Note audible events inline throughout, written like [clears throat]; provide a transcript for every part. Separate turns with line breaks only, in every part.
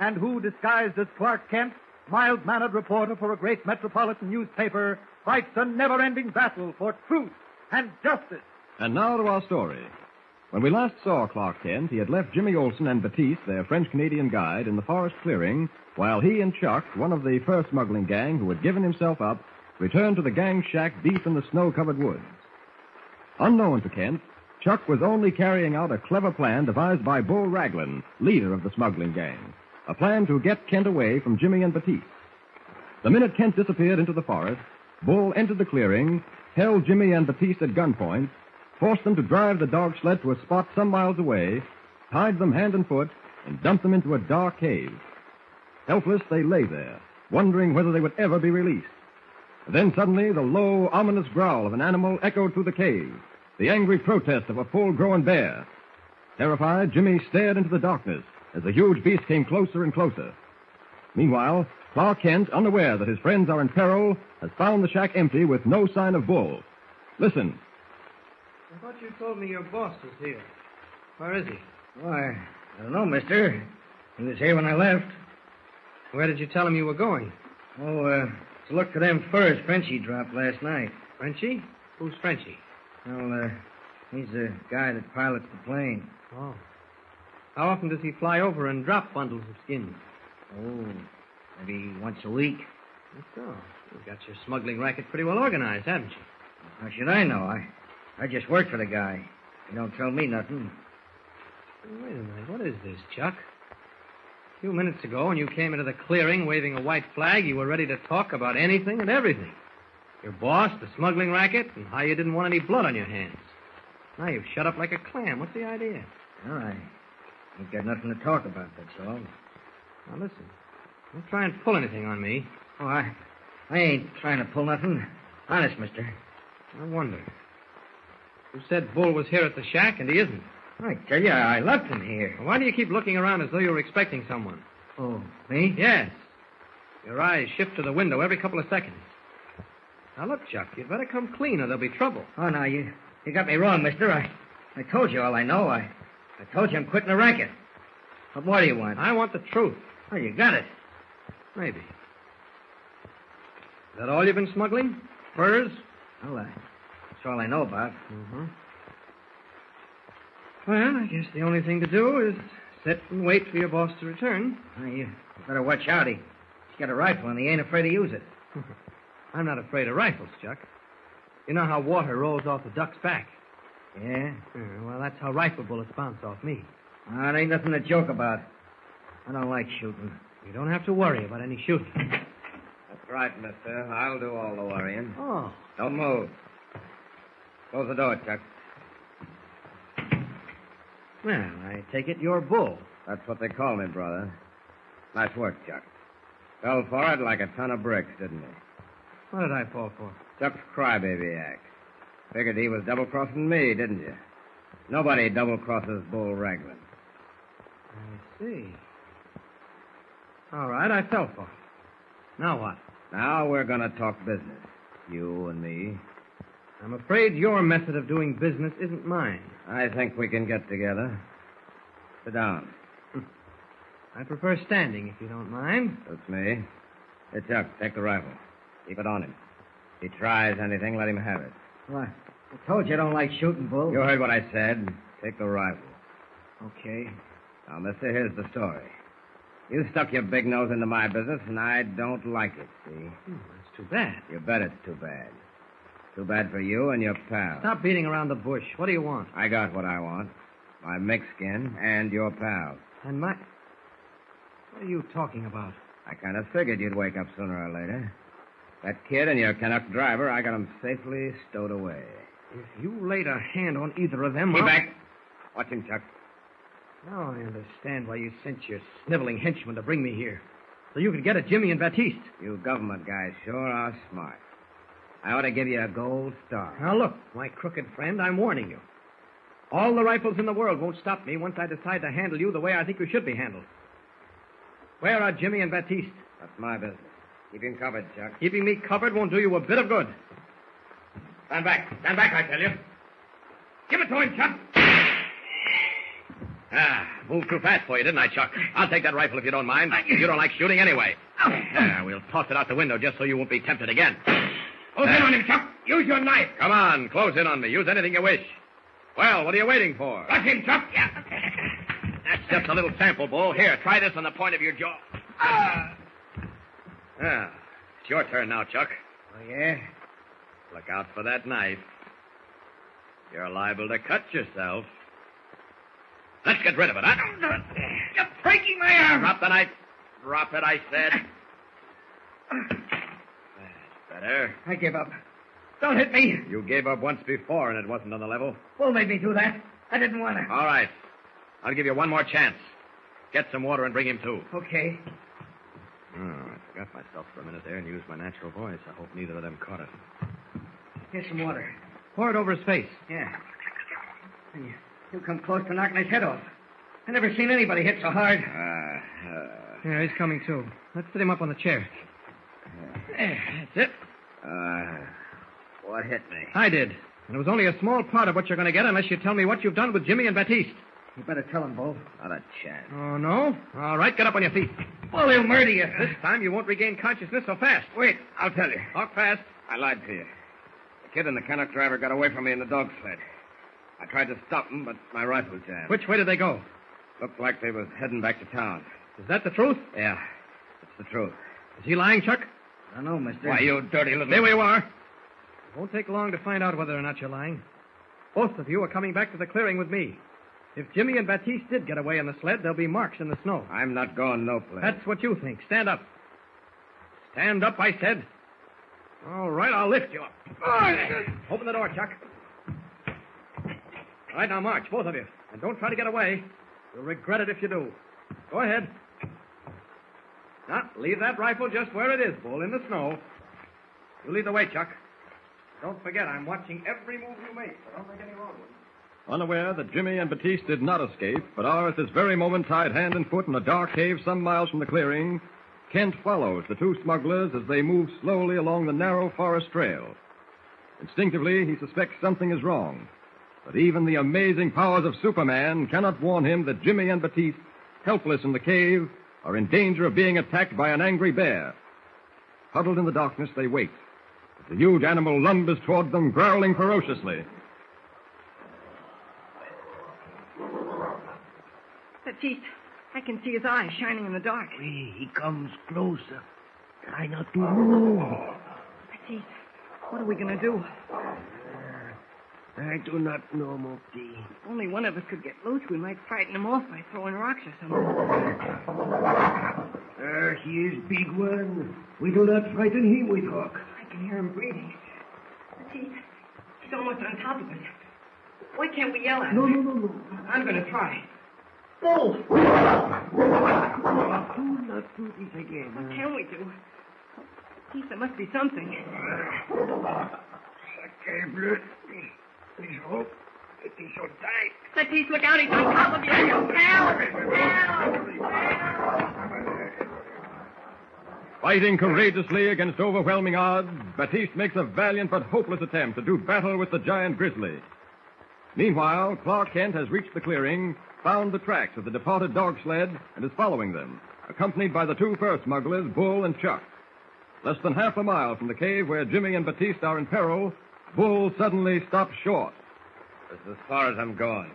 and who, disguised as Clark Kent, mild-mannered reporter for a great metropolitan newspaper, fights a never-ending battle for truth and justice.
And now to our story. When we last saw Clark Kent, he had left Jimmy Olsen and Batiste, their French Canadian guide, in the forest clearing, while he and Chuck, one of the fur smuggling gang who had given himself up, returned to the gang shack deep in the snow covered woods. Unknown to Kent, Chuck was only carrying out a clever plan devised by Bull Raglan, leader of the smuggling gang, a plan to get Kent away from Jimmy and Batiste. The minute Kent disappeared into the forest, Bull entered the clearing, held Jimmy and Batiste at gunpoint, forced them to drive the dog sled to a spot some miles away, tied them hand and foot, and dumped them into a dark cave. Helpless, they lay there, wondering whether they would ever be released. Then suddenly, the low, ominous growl of an animal echoed through the cave, the angry protest of a full grown bear. Terrified, Jimmy stared into the darkness as the huge beast came closer and closer. Meanwhile, Clark Kent, unaware that his friends are in peril, has found the shack empty with no sign of Bull. Listen.
I thought you told me your boss was here. Where is he?
Why, Oh, I don't know, mister. He was here when I left.
Where did you tell him you were going?
Oh, uh, to look for them furs Frenchie dropped last night.
Frenchie? Who's Frenchie?
Well, uh, he's the guy that pilots the plane.
Oh. How often does he fly over and drop bundles of skins?
Oh, maybe once a week.
So, you've got your smuggling racket pretty well organized, haven't you?
How should I know? I, I just work for the guy. He don't tell me nothing.
Wait a minute. What is this, Chuck? A few minutes ago, when you came into the clearing waving a white flag, you were ready to talk about anything and everything. Your boss, the smuggling racket, and how you didn't want any blood on your hands. Now you've shut up like a clam. What's the idea?
Well, I ain't got nothing to talk about, that's all.
Now listen. Don't try and pull anything on me.
Oh, I, I ain't trying to pull nothing. Honest, mister.
I wonder. You said Bull was here at the shack, and he isn't.
I tell you, I left him here.
Why do you keep looking around as though you were expecting someone?
Oh, me?
Yes. Your eyes shift to the window every couple of seconds. Now look, Chuck, you'd better come clean or there'll be trouble.
Oh, now, you, you got me wrong, mister. I, I told you all I know. I, I told you I'm quitting the racket. What more do you want?
I want the truth.
Oh, you got it.
Maybe. Is that all you've been smuggling? Furs?
Well, uh, that's all I know about.
Mm-hmm. Well, I guess the only thing to do is sit and wait for your boss to return.
Well, you better watch out. He, he's got a rifle, and he ain't afraid to use it.
[laughs] I'm not afraid of rifles, Chuck. You know how water rolls off a duck's back.
Yeah?
Yeah, well, that's how rifle bullets bounce off me.
Well, it ain't nothing to joke about. I don't like shooting.
You don't have to worry about any shooting.
That's right, mister. I'll do all the worrying.
Oh,
Don't move. Close the door, Chuck.
well, I take it you're Bull.
That's what they call me, brother. Nice work, Chuck. Fell for it like a ton of bricks, didn't he?
What did I fall for?
Chuck's crybaby act. Figured he was double crossing me, didn't you? Nobody double crosses Bull Raglan.
I see. All right, I fell for it. Now what?
Now we're going to talk business. You and me.
I'm afraid your method of doing business isn't mine.
I think we can get together. Sit down.
I prefer standing, if you don't mind.
That's me. Hey, Chuck, take the rifle. Keep it on him. If he tries anything, let him have it.
What? I told you I don't like shooting, Bull.
You heard what I said. Take the rifle.
Okay.
Now, mister, here's the story. You stuck your big nose into my business, and I don't like it, see?
Hmm, that's too bad.
You bet it's too bad. Too bad for you and your pal.
Stop beating around the bush. What do you want?
I got what I want. My Mexican and your pal.
And my. What are you talking about?
I kind of figured you'd wake up sooner or later. That kid and your Canuck driver, I got 'em safely stowed away.
If you laid a hand on either of them.
Be
I'll-
back. Watch him, Chuck.
Now I understand why you sent your sniveling henchman to bring me here. So you could get at Jimmy and Baptiste.
You government guys sure are smart. I ought to give you a gold star.
Now look, my crooked friend, I'm warning you. All the rifles in the world won't stop me once I decide to handle you the way I think you should be handled. Where are Jimmy and Baptiste?
That's my business. Keep him covered, Chuck.
Keeping me covered won't do you a bit of good.
Stand back. Stand back, I tell you. Give it to him, Chuck.
Ah, moved too fast for you, didn't I, Chuck? I'll take that rifle if you don't mind. You don't like shooting anyway. There, we'll toss it out the window just so you won't be tempted again.
Hold in on him, Chuck. Oh, Use your knife.
Come on, close in on me. Use anything you wish. Well, what are you waiting for?
Rush him, Chuck. Yeah.
That's just a little sample, Bull. Here, try this on the point of your jaw. Ah, it's your turn now, Chuck.
Oh, yeah?
Look out for that knife. You're liable to cut yourself. Let's get rid of it, huh?
You're breaking my arm.
Drop the knife. Drop it, I said. That's better.
I give up. Don't hit me.
You gave up once before, and it wasn't on the level.
Bull made me do that. I didn't want to.
All right. I'll give you one more chance. Get some water and bring him to.
Okay.
Oh, I forgot myself for a minute there and used my natural voice. I hope neither of them caught it.
Here's some water.
Pour it over his face.
Yeah. And you, you come close to knocking his head off. I never seen anybody hit so hard.
Uh,
Yeah, he's coming too. Let's sit him up on the chair. There, that's it.
uh, uh, what hit me?
I did. And it was only a small part of what you're going to get unless you tell me what you've done with Jimmy and Baptiste.
You better tell him, Bull.
Not a chance.
Oh, no? All right, get up on your feet.
Bull, he'll murder you.
This time you won't regain consciousness so fast.
Wait, I'll tell you.
Walk fast.
I lied to you. The kid and the Canuck driver got away from me in the dog sled. I tried to stop them, but my rifle jammed.
Which way did they go?
Looked like they was heading back to town.
Is that the truth?
Yeah, it's the truth.
Is he lying, Chuck?
I know, mister.
Why, you dirty little...
Stay where you are. It won't take long to find out whether or not you're lying. Both of you are coming back to the clearing with me. If Jimmy and Baptiste did get away on the sled, there'll be marks in the snow.
I'm not going no place.
That's what you think. Stand up. Stand up, I said. All right, I'll lift you up. Open the door, Chuck. All right, now march, both of you. And don't try to get away. You'll regret it if you do. Go ahead. Now, leave that rifle just where it is, Bull, in the snow. You lead the way, Chuck. Don't forget, I'm watching every move you make, so don't make any wrong ones.
Unaware that Jimmy and Batiste did not escape, but are at this very moment tied hand and foot in a dark cave some miles from the clearing, Kent follows the two smugglers as they move slowly along the narrow forest trail. Instinctively, he suspects something is wrong, but even the amazing powers of Superman cannot warn him that Jimmy and Batiste, helpless in the cave, are in danger of being attacked by an angry bear. Huddled in the darkness, they wait. The huge animal lumbers toward them, growling ferociously.
Batiste, I can see his eyes shining in the dark.
He comes closer. Try not to move.
Oh.
Batiste, what are we going to do?
I do not know, Mopti.
If only one of us could get loose, we might frighten him off by throwing rocks or something.
There he is, big one. We do not frighten him with rock.
I can hear him breathing. Batiste, he's almost on top of us. Why can't we yell at him?
No, no, no, no.
I'm going to try.
Bull! Do not do this again.
What can we do? Batiste, there must be something.
Sacrebleu. Please hope it is so tight.
Batiste, look out, he's on top of you. Help!
Fighting courageously against overwhelming odds, Batiste makes a valiant but hopeless attempt to do battle with the giant grizzly. Meanwhile, Clark Kent has reached the clearing, found the tracks of the departed dog sled, and is following them, accompanied by the two fur smugglers, Bull and Chuck. Less than half a mile from the cave where Jimmy and Batiste are in peril, Bull suddenly stops short.
That's as far as I'm going.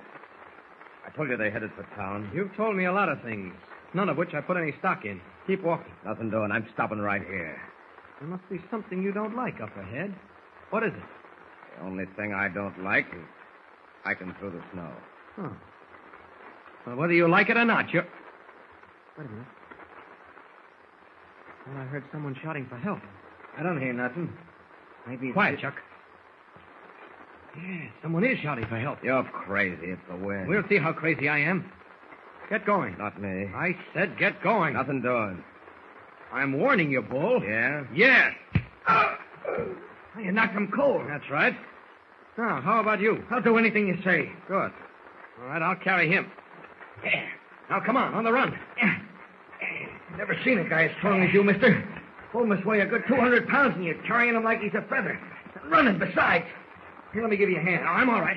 I told you they headed for town.
You've told me a lot of things. none of which I put any stock in. Keep walking.
Nothing doing. I'm stopping right here.
There must be something you don't like up ahead. What is it?
The only thing I don't like is hiking through the snow.
Huh. Well, whether you like it or not, you're. Wait a minute. Well, I heard someone shouting for help.
I don't hear nothing. Maybe it's
Quiet, Chuck. Yeah, someone is shouting for help.
You're crazy. It's the wind.
We'll see how crazy I am. Get going.
Not me.
I said get going.
Nothing doing.
I'm warning you, Bull.
Yeah?
Yes.
Well, you knocked him cold.
That's right. Now, how about you?
I'll do anything you say.
Good. All right, I'll carry him. Yeah. Now, come on, on the run.
[clears throat] Never seen a guy as strong as you, mister. Bull must weigh a good 200 pounds, and you're carrying him like he's a feather. Running, besides. Here, let me give you a hand.
I'm all right.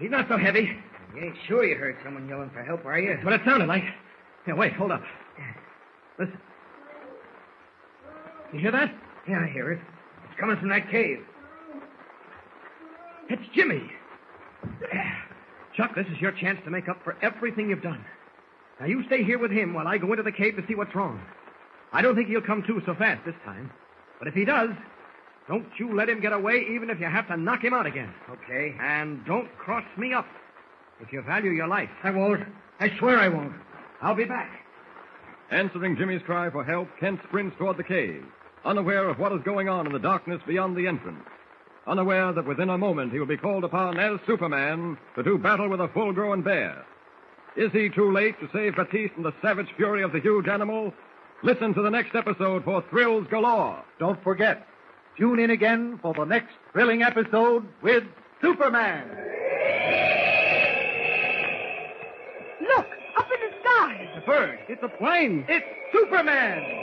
He's not so heavy.
You ain't sure you heard someone yelling for help, are you?
That's what it sounded like. Here, wait, hold up. Listen. You hear that?
Yeah, I hear it. It's coming from that cave.
It's Jimmy. Chuck, this is your chance to make up for everything you've done. Now, you stay here with him while I go into the cave to see what's wrong. I don't think he'll come to so fast this time. But if he does, don't you let him get away even if you have to knock him out again.
Okay.
And don't cross me up if you value your life.
I won't. I swear I won't.
I'll be back.
Answering Jimmy's cry for help, Kent sprints toward the cave, unaware of what is going on in the darkness beyond the entrance. Unaware that within a moment he will be called upon as Superman to do battle with a full grown bear. Is he too late to save Batiste from the savage fury of the huge animal? Listen to the next episode for Thrills Galore.
Don't forget, tune in again for the next thrilling episode with Superman.
Look, up in the sky.
It's a bird. It's a plane.
It's Superman!